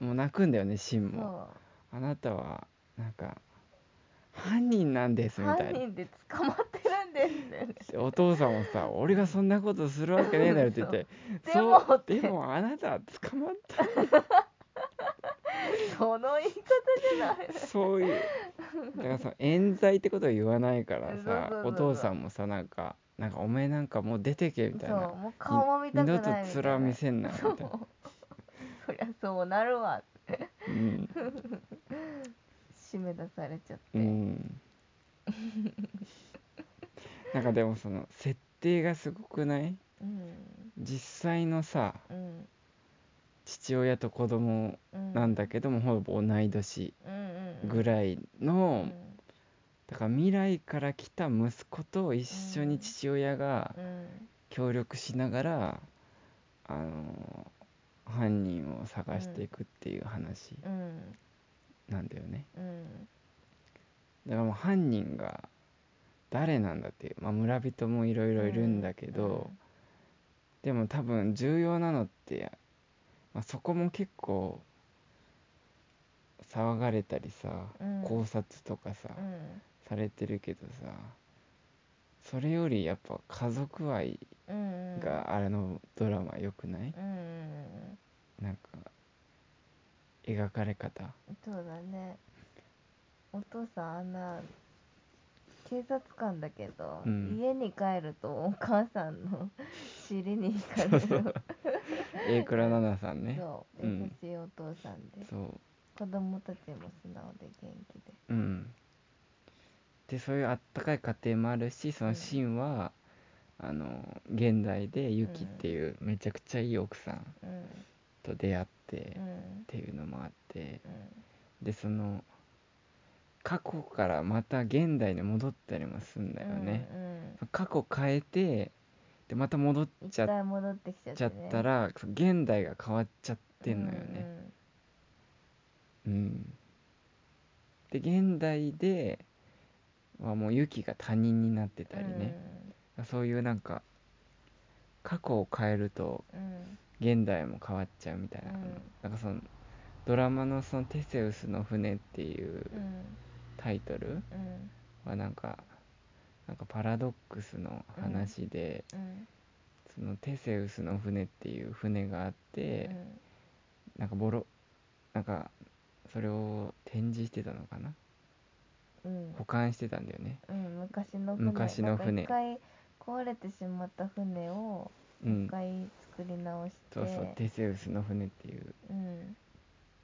もう泣くんだよねシンもそあなたはなんか犯人なんですうみた犯いな人で捕まってるんですってねお父さんもさ「俺がそんなことするわけねえだろ」って言って「でもそうってでもあなたは捕まった」その言い方じゃないそういうだからさ冤罪ってことは言わないからそうさそおうそうそう父さんもさなんか「なんかお前なんかもう出てけ」みたいそうなもう顔も見たくないみたいな二度と面見せんな」みたいなそりゃそうなるわうん、締め出されちゃって、 うん、なんかでもその設定がすごくないうん実際のさうん父親と子供うんなんだけども、ほぼ同い年うんうんうんぐらいの、うんだから未来から来た息子と一緒に父親がうん協力しながらあの犯人を探していくっていう話うんなんだよね、うんだからもう犯人が誰なんだっていう、まあ、村人もいろいろいるんだけど、でも多分重要なのって、まあ、そこも結構騒がれたりさ、うん考察とかさ、うんされてるけどさそれよりやっぱ家族愛うんうんがあれのドラマ良くない、うんうんなんか描かれ 方うんそうだねお父さんあんな警察官だけど、うん家に帰るとお母さん の尻に惹かれるそう A 倉奈々さんねう優んしいお父さんで、そう子供たちも素直で元気でうんでそういうあったかい家庭もあるしそのシーンは、あの現代でユキっていうめちゃくちゃいい奥さんうんと出会ってうっんていうのもあってうんでその過去からまた現代に戻ったりもすんだよね、うんうん過去変えてでまた戻っ一ちゃっ回戻ってきちゃって、ちゃね、ったら、そう現代が変わっちゃってんのよね。うん、で現代ではもうユキが他人になってうたんうん、りね、そういうなんか過去を変えるとうんうん現代も変わっちゃうみたいな、うんなんかそのドラマのその「テセウスの船」っていううんタイトルうんはなんかなんかパラドックスの話で、うんそのテセウスの船っていう船があって、うんなんかボロなんかそれを展示してたのかなうん保管してたんだよねうん昔の船昔の船なんか一回壊れてしまった船をう一ん回作り直して、そうそうテセウスの船っていううん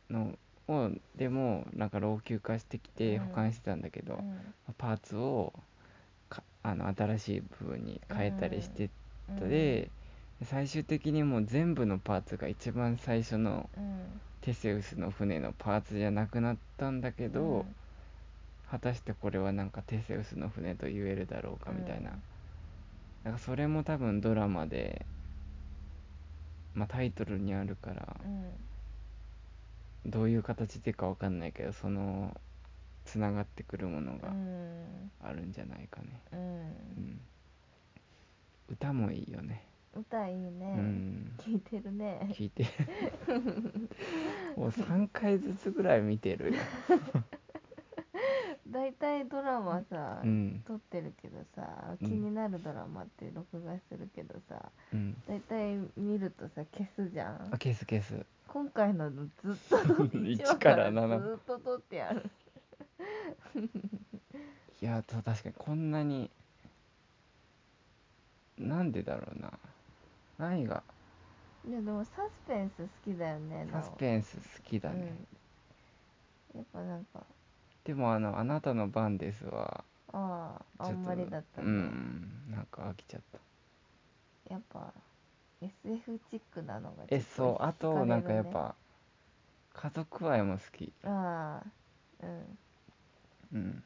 のをでもなんか老朽化してきてうん保管してたんだけど、うんパーツをかあの新しい部分に変えたりしてっうんたで、最終的にもう全部のパーツが一番最初のうんテセウスの船のパーツじゃなくなったんだけど、うん果たしてこれはなんかテセウスの船と言えるだろうかみたいな,、なんかそれも多分ドラマで、まあ、タイトルにあるからうんどういう形でかわかんないけどそのつながってくるものうがんあるんじゃないかね、ううんん、歌もいいよね、歌いいね、うん聞いてるね 聞い てもう3回ずつぐらい見てるよ、だいたいドラマさ、うん撮ってるけどさう気んになるドラマって録画するけどさ、うん、だいたい見るとさ消すじゃあん消す消す今回のずっと撮って一1話からずから七っと撮ってあるいやと確かにこんなになんでだろうな何がいやでもサスペンス好きだよねサスペンス好きだね、うん、やっぱなんかでもあの「あなたの番ですは」あああんまりだったうね、んなんか飽きちゃったやっぱ SF チックなのがえちょそうっあ惹れとるなんかやっねぱ家族愛も好きああうんうん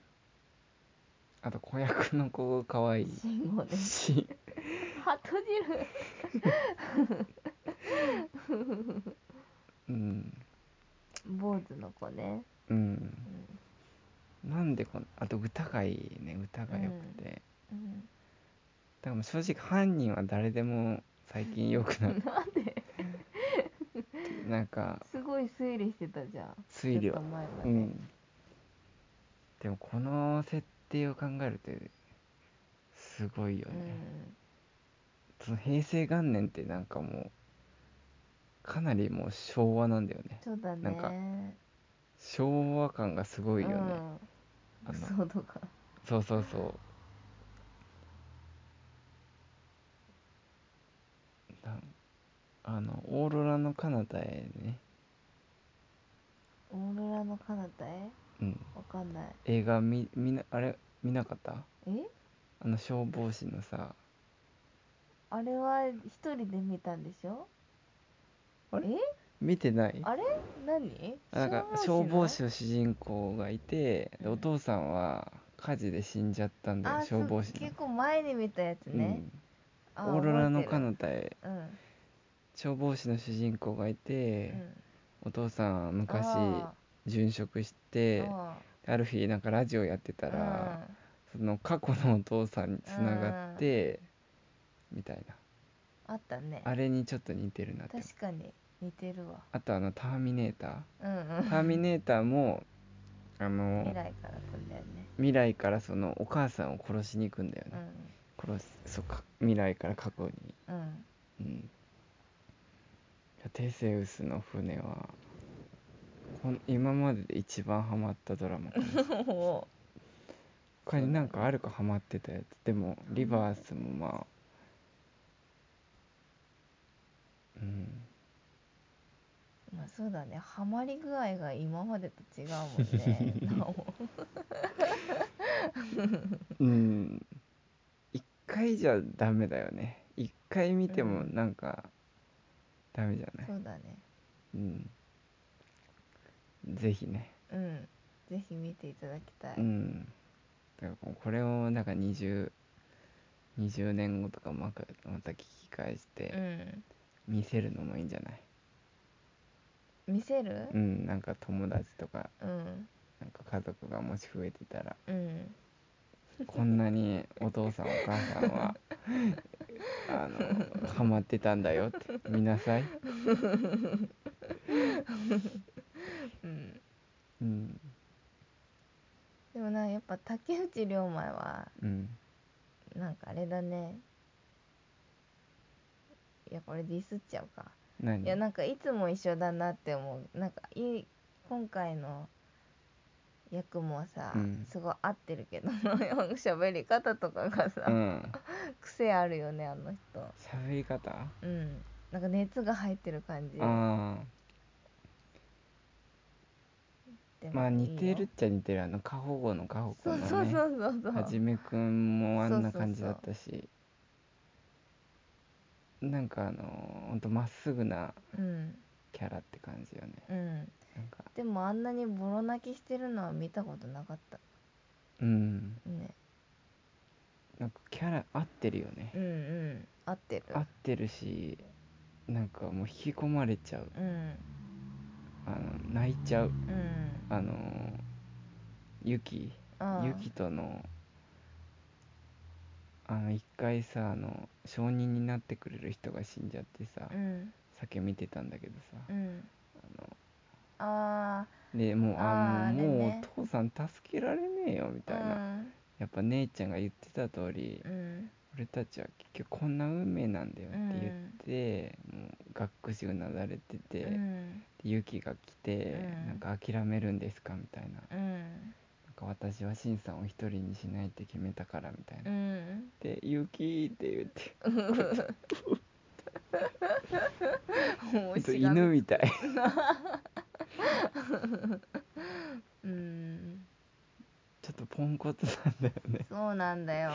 あと子役の子かわいい信号です しハト汁うん坊主の子ねうんなんでこんあと歌がいいね歌がよくて、だうんからもう正直犯人は 誰でも最近よくなっうんなんでなんかすごごい推理してたじゃん推理ちょはっと前まうで、んでもこの設定を考えるってすごいよね、その平成元年ってなんかもうかなりもう昭和なんだよねそうだねなんか昭和感がすごいよね、うあん、のそうとかそうそうそうなんあのオーロラの彼方へね、オーロラの彼方へうん、わかんない映画見見なあれ見なかったえあの消防士のさあれは一人で見たんでしょあれえ見てないあれ何あなんか消防の士の主人公がいて、でうんお父さんは火事で死んじゃったんだよあ消防士そうの結、構前に見たやつうね、ん、オあーロラの覚えてる彼方へうん、消防士の主人公がいて、うんお父さん昔あ殉職しーてあある日なんかラジオやってたーら、その過去のお父さんにつながって、みたいなうん、あったねあれにちょっと似てるなって確かに似てるわあとあの「ターミネータうんうー」「んターミネーターも」あ未の来から来んだよね未来からそのお母さんを殺しに行くんだようね、ん殺すそうか未来から過去にうんうんいやテセウスの船はこん今までで一番ハマったドラマかもも他になんかあるかハマってたやつでもリバースもまあうんうまあそうだねハマり具合が今までと違うもん ねなおうん一回じゃダメだよね一回見てもうんなんかダメじゃないそうだねうんぜひねうんぜひ見ていただきたい、うんだからこれをなんか 20, 20年後とかまたまた聞き返してうん見せるのもいいんじゃない見せるうんなんか友達とかうんなんか家族がもし増えてたらうんこんなにお父さんお母さんはあのハマってたんだよって見なさい、うんうんでもなやっぱ竹内涼真はうん、なんかあれだねいやこれディスっちゃうか何いやなんかいつも一緒だなって思うなんかいい今回の役もさ、うんすごい合ってるけど喋り方とかがさ、うん癖あるよねあの人喋り方あうんなんか熱が入ってる感じあでーもまあいいよ似てるっちゃ似てるあの過保護の過保護そのうねそうそうそうそうはじめくんもあんな感じだったしなんかあのほんとまっすぐなうんキャラって感じよねうんなんかでもあんなにボロ泣きしてるのは見たことなかったうんねなんかキャラ合ってるよねうんうん合ってる合ってるしなんかもう引き込まれちゃううんあの泣いちゃううんあのユキああユキとのあの一回さあの証人になってくれる人が死んじゃってさ、うんさっき見てたんだけどさ、うんあのあでもうあもう,、あーあれもねうお父さん助けられねえよみあたいな、やっぱ姉ちゃんが言ってた通り、うんうん俺たちは結局こんな運命なんだよって言って、もうがっくしうなだれてて、でうんユキが来て、うんなんか諦めるんですかみたいな,、うんなんか私はシンさんを一人にしないって決めたからみたいなう、んで「ユキ」って言って面ほんと白い犬みたいうんちょっとポンコツなんだよねそうなん だよ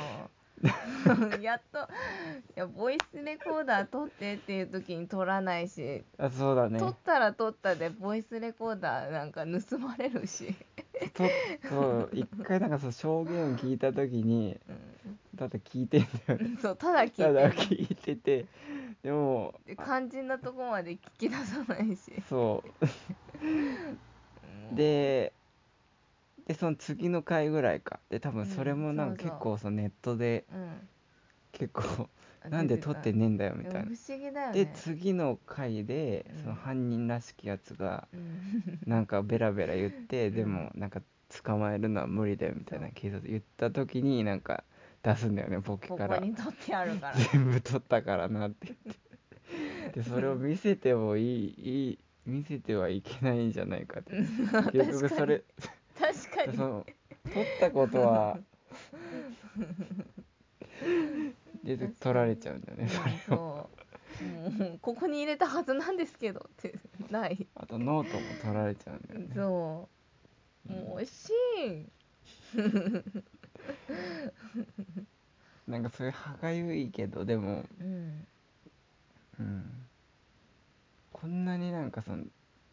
やっといやボイスレコーダー撮ってっていう時に撮らないしあそうだね撮ったら撮ったでボイスレコーダーなんか盗まれるし、とそう一回なんかそう証言を聞いた時にただ聞いてんだよねうん、そうただ聞いてただる聞いててでもで肝心なとこまで聞き出さないし そうででその次の回ぐらいかで多分それもなんかうんそう結そう構そのネットでうん結構なんで撮ってねえんだよみみたい不な。思議だよねで次の回でうんその犯人らしきやつがうんなんかベラベラ言って、うんでもなんか捕まえるのは無理だよみたいな警察言った時になんか出すんだよねボケこかこらに撮ってある から全部取ったからなって言ってでそれを見せてもいいいい見せてはいけないんじゃないか って結局それ確かそにの取ったこと はで確かに取られちゃうんだようんねそれそうもうここに入れたはずなんですけどってないあとノートも取られちゃうんだよねそうもうシーンなんかそういう歯がゆいけどでも、うんうん、こんなになんかその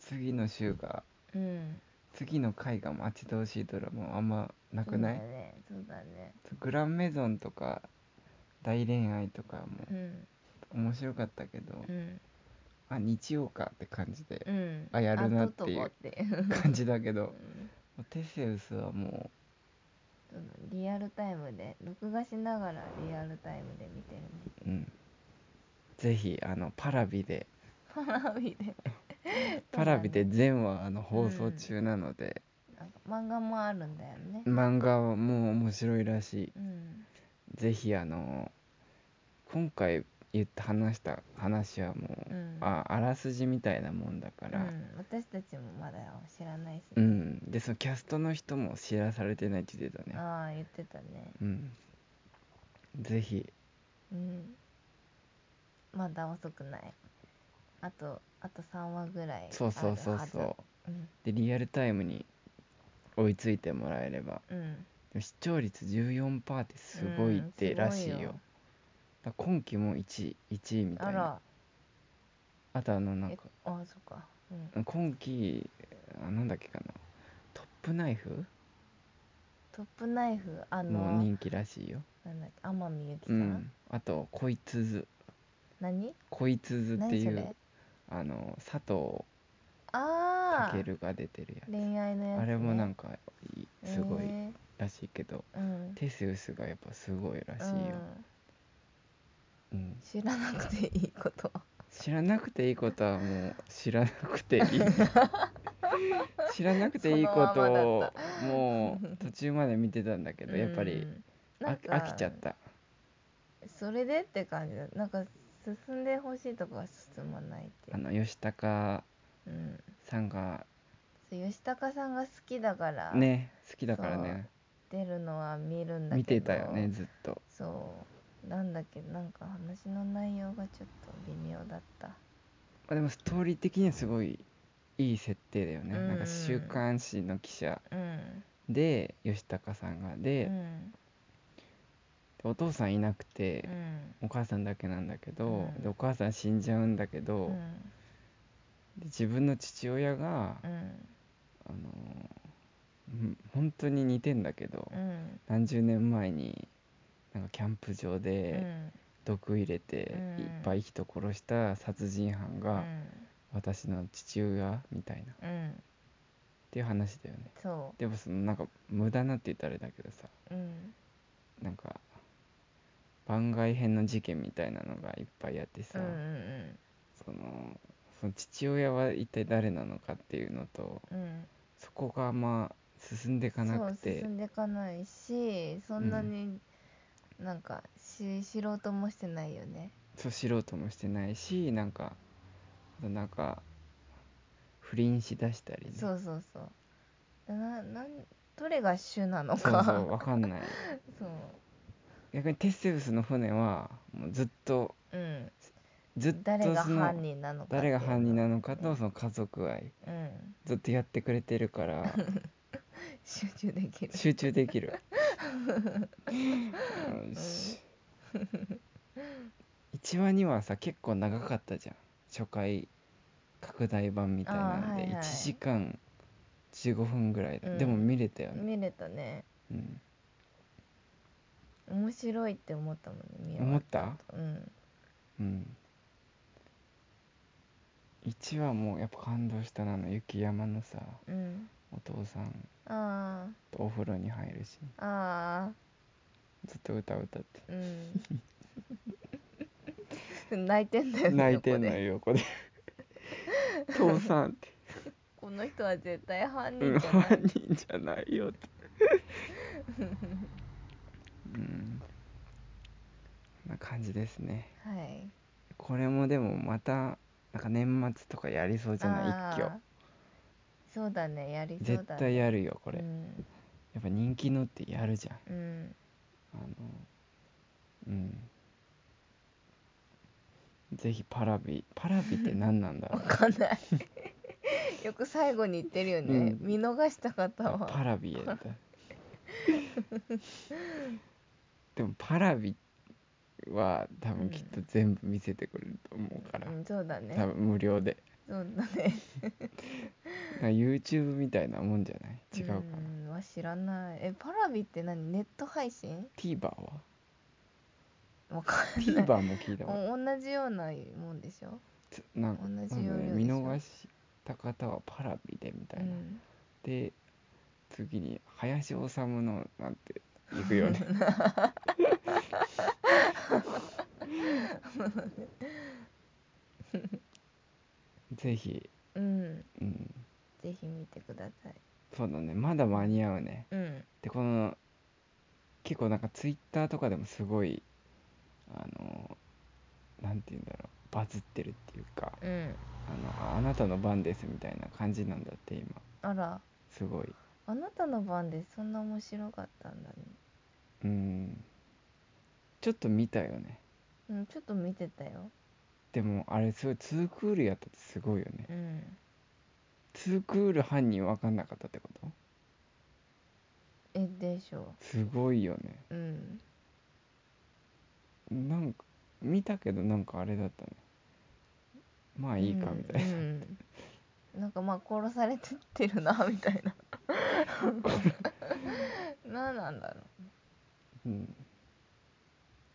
次の週がうん次の回が待ち遠しいドラマはあんまなくない、そうだねそうだねグランメゾンとか大恋愛とかもうん面白かったけど、うんあ日曜かって感じでうんあやるなってあ撮っというこって 感じだけどうんテセウスはもそのリアルタイムで録画しながらリアルタイムで見てるね う、うん、ぜひあのパラビでパラビ でパラビでそう全話あの放送中なので、だねなんか漫画もあるんだよね漫画はもう面白いらしいうんぜひあの今回言った話した話はもう、うんああらすじみたいなもんだから、うん、私たちもまだ知らないしうね、ん、でそのキャストの人も知らされてないって言ってたねああ言ってたねうんぜひうんまだ遅くないあとあと3話ぐらいそうそうそうそうううんでリアルタイムに追いついてもらえればうんでも視聴率14%ってすごいってらしいよ,、うんすごいよだから今期も1位1位みたあいなあらとあのなんえかあそっかうん今期あなんだっけかなトップナイフトップナイフあもの人気らしいよ、なんだっけ天海祐希さ、うんん、あと「こいつず」何「こいつず」って何いそれうあの佐藤ああ健が出てるやつ恋愛のやつ、ね、あれもなんかかいいすごいらしいけど、うんテセウスがやっぱすごいらしいよ、うんうん知らなくていいこと知らなくていいことはもう知らなく ていい知らなくていいことをもう途中まで見てたんだけど、やっぱうりんあなんか飽きちゃったそれでって感じだなんか進んでほしいとこは進まないっていあう、の吉高うん、さんがそう吉高さんが好きだからね好きだからね出るのは見るんだけど見てたよねずっとそうなんだけどなんか話の内容がちょっと微妙だったまあでもストーリー的にはすごいいい設定だよね、うんなんか週刊誌の記者うんで吉高さんがでう、んお父さんいなくてう、んお母さんだけなんだけど、うんでお母さん死んじゃうんだけど、うんで自分の父親が、あうんのうん本当に似てんだけど、うん何十年前になんかキャンプ場うでん毒入れてうんいっぱい人殺した殺人犯うがん私の父親みたいなっうんていう話だよねそでもそのなんか無駄なって言ったらあれだけどさううんなんか番外編の事件みたいなのがいっぱいあってうさ、んうんそのその父親は一体誰なのかっていうのとうんうんそこがあんま進んでいかなくてそう進んでいかないしそんなになんかし知ろうともしてないよねそう素人もしてないしなんかあとなんか不倫しだしたりねそうそうそうだななんどれが主なのそうかそう分かんないそう逆にテセウスの船はもうずっとうんずっと誰がその犯人なのか誰が犯人ななのかとその家族愛うんずっとやってくれてるから集中できる集中できる よし1話にはさ結構長かったじゃん初回拡大版みたいなので、あーはいはい1時間15分ぐらいだ、うんでも見れたよね、見れたねうん、面白いって思ったもんね見終わ思った後うんうん1話もやっぱ感動したなあの雪山のさうんお父さんあとお風呂に入るしあああずっと歌歌ってうん くん泣いてんだよね泣いてんの 横でよ横 で父さんってこの人は絶対犯うん人じゃない、犯人じゃないよってうんこんな感じですねはいこれもでもまたなんか年末とかやりそうじゃない一あ挙ーそうだねやりそうだ、ね、絶対やるよこれ、うん、やっぱ人気のってやるじゃんうん、あのうんぜひパラビパラビって何なんだろわかんないよく最後に言ってるよね、うん見逃した方うはパラビやったでもパラビは多分きっと全部見せてくれると思うから、うん、そうだ多ね分無料でそうだねだから YouTube みたいなもんじゃない違うかな、うんは知らないえパラビって何ネット配信 TVer はわかんない TVer も聞いた ことお同じようなもんでしょ、つなんか同じ要領でしょ見逃した方はパラビでみたういな、ん、で次に林修のなんて行くよねぜひ、うん、うん、ぜひ見てくださいそうだねまだ間に合うねうんでこの結構なんかツイッターとかでもすごいあのなんて言うんだろうバズってるっていうかうんあのああなたの番ですみたいな感じなんだって今あらすごいあなたの番でそんな面白かったんだねうんちょっと見たよねうんちょっと見てたよでもあれすごいツークールやったってすごいよねうんツークール犯人分かんなかったってことえでしょすごいよねううんなんか見たけどなんかあれだったねまあいいかみたいな、うんうんなんかまあ殺されてってるな みたいな何なんだろうん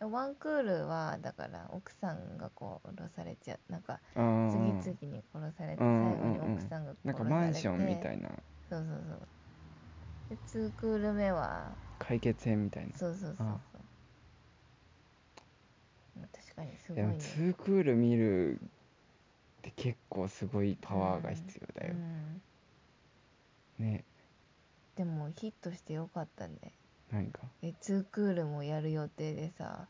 うワンクールはだから奥さんがこう殺されちゃなんかあー次々に殺されてう最ん後にうんうん奥さんがなんか殺されてマンションみたいいなそうそうそうでツークール目は解決編みたいなそうそうそうそうあうん確かにすごいでもねツークール見るって結構すごいパワーが必要だよう、んねでもヒットしてよかったね何かえツークールもやる予定でさ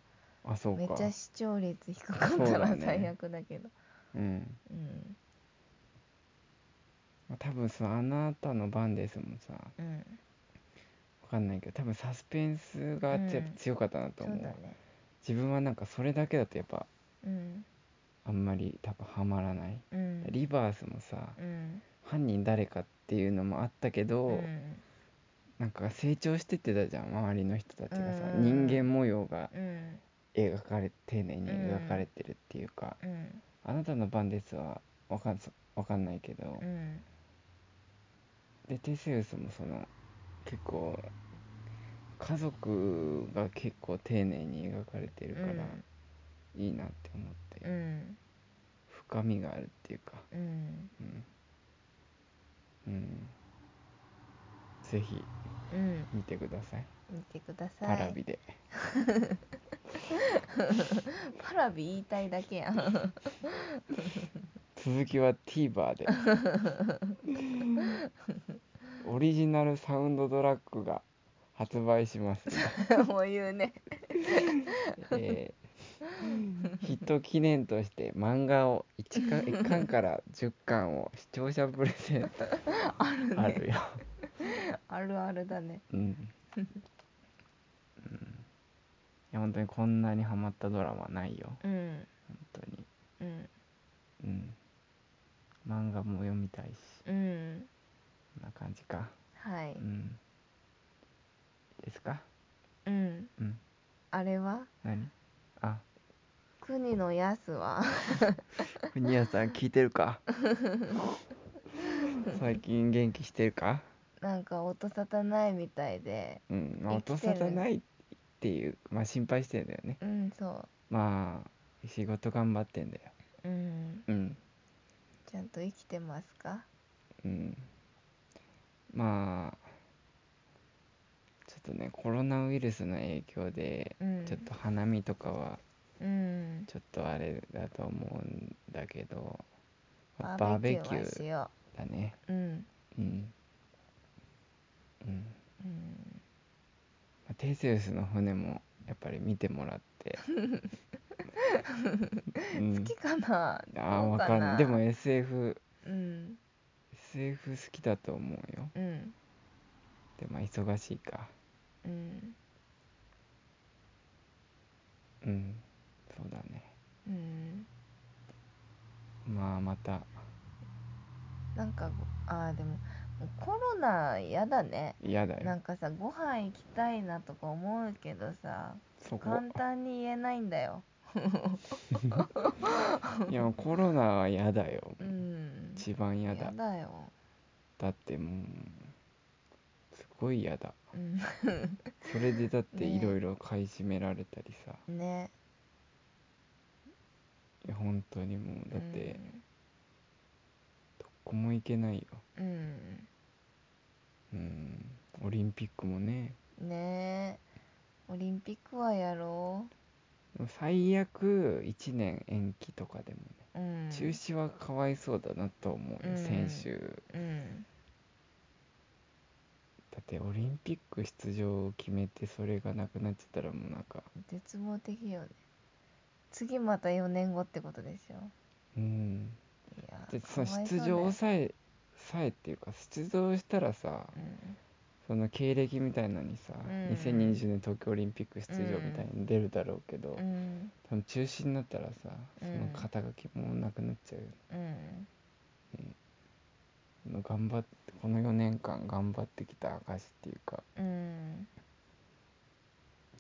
あそうかめっちゃ視聴率低かっそうただらね最悪だけどうんうんまあ多分さあなたの番ですもんさうんわかんないけど多分サスペンスがやっぱ強かったなとそう思う,、だね自分はなんかそれだけだとやっぱうんあんまり多分ハマらない、うんリバースもさうん犯人誰かっていうのもあったけど、うんなんか成長してってたじゃん周りの人たちがさ、う人ん間模様がうん描かれ丁寧に描かれてるっていうか、うんあなたの番ですはわかんそわかんないけど、うんでテセウスもその結構家族が結構丁寧に描かれてるから、いいなって思って、うん深みがあるっていうかうんうん、うん、ぜひうん見てください見てくださいパラビで、パラビ言いたいだけやん続きは TVer でオリジナルサウンドドラッグが発売します、もう言うねえーヒット記念として漫画を 1, か1巻から10巻を視聴者プレゼン トあるよ、あるあるだねうんうん、いや本当にこんなにハマったドラマないようん本当にうんうん漫画も読みたいしうんこんな感じかはいうんですかうんうんあれは何あ国のやすは国谷さん聞いてる か最近元気してるかなんか音沙汰ないみたいでうん、まあ、生音きて沙る汰ないっていう、まあ、心配してんだよねうんそまあ仕事頑張ってんだよううんうんちゃんと生きてますかうんまあちょっとねコロナウイルスの影響でうんちょっと花見とかはうんちょっとあれだと思うんだけどまあババーーベベキキューュはしーよだねううんうんうんうんまあテセウスの船もやっぱり見てもら って、うん好きかなあーどうわかんないでも SFSF うん SF 好きだと思うようんでまあ忙しいかうんうんそうだねうんまあまたなんかあーでももうコロナ嫌だね嫌だなよんかさご飯行きたいなとか思うけどさそこ簡単に言えないんだよいやコロナは嫌だようん一番嫌だやだよだってもうすごい嫌だうんそれでだってねいろいろ買い占められたりさ、ねいや本当にもうだってどこも行けないようん、うんオリンピックもねうん、ねえオリンピックはやろ最悪1年延期とかでもね、う、うん、中止はかわいそうだなと思うよ、うん先週うんだってオリンピック出場を決めてそれがなくなっちゃったらもうなんか絶望的よね次また4年後ってことでしょうんいやでそのかわい出うだよ場さえさえっていうか出場したらさうんその経歴みたいなのにさ、うん2020年東京オリンピック出場みたいに出るだろうけど、うん多分中止になったらさそうんの肩書きもなくなっちゃうよね、うんもう頑張ってこの4年間頑張ってきた証っていうかうん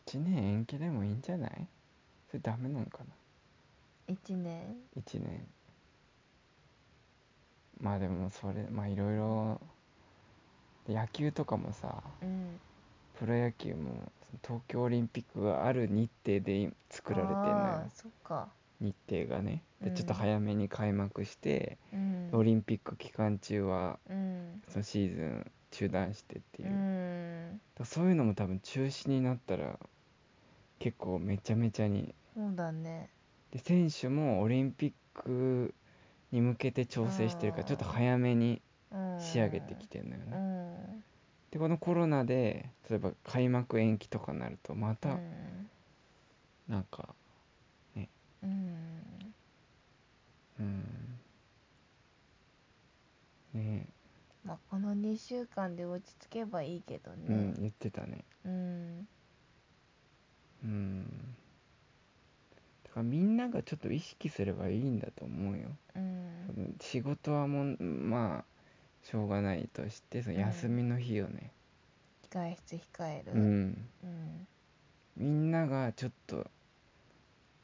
1年延期でもいいんじゃないそれダメなのかな1年1年まあでもそれまあいろいろで野球とかもさうんプロ野球もその東京オリンピックがある日程でい作られてんのあよーそっか日程がねでうんちょっと早めに開幕して、うんオリンピック期間中はうんそのシーズン中断してっていうう、んだからそういうのも多分中止になったら結構めちゃめちゃにそうだねで選手もオリンピックに向けて調整してるからあーちょっと早めにうん仕上げてきてるのよね、うんでこのコロナで例えば開幕延期とかになるとまうたんなんかうんうんねまあ、この2週間で落ち着けばいいけどえ、うんね、言ってたねうんうんだからみんながちょっと意識すればいいんだと思うようん多分仕事はもうまあしょうがないとしてそのうん休みの日をね、外出控えるうんうんみんながちょっとだか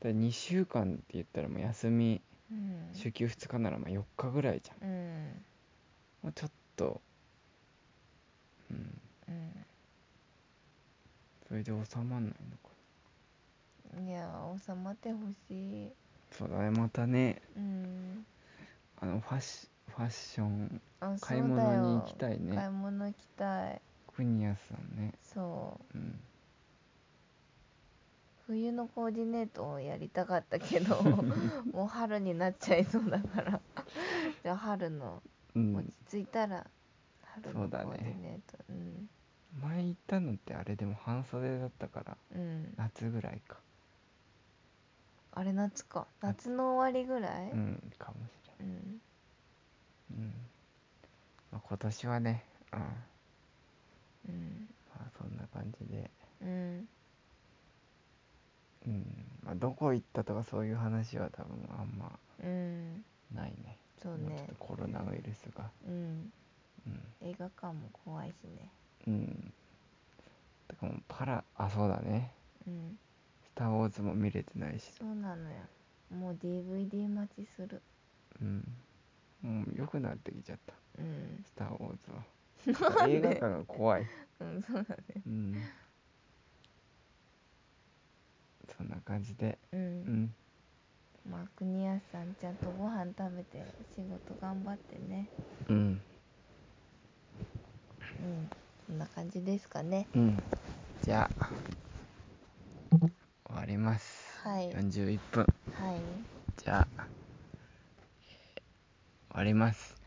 ら2週間って言ったらもう休みうん週休2日ならまあ4日ぐらいじゃんうんもうちょっと、うん、うそれで収まんないのかんいや収まってほしいそうだねまたねうんあのファッシファッションあ買い物に行きいたい買いね物行きたい国安さんねそううん冬のコーディネートをやりたかった けどもう春になっちゃいそうだからじゃあ春のう落んち着いたら春そのうコだーねディネートう,、前行ったのってあれでも半袖だったからんうん夏ぐらいかあれ夏か夏の終わりぐらい、うんかもしれないうんうんまあ、今年はね、うんまうんあ、そんな感じで、うんうんまあ、どこ行ったとかそういう話は多分あんまうんないねそう今ちょねっとコロナウイルスがうんうん、映画館も怖いしねうん、だからもうパラあそうだねうん「スター・ウォーズ」も見れてないし、そうなのよもう DVD 待ちするうん、もう良くなってきちゃったうん「スター・ウォーズは」映画館が怖 い、うんそうだねうん、そんな感じでう、うんんまあ国安さんちゃんとご飯食べて仕事頑張ってねうんうんこんな感じですかねうん。じゃあ、終わります。はいはいはい41分じゃあ終わります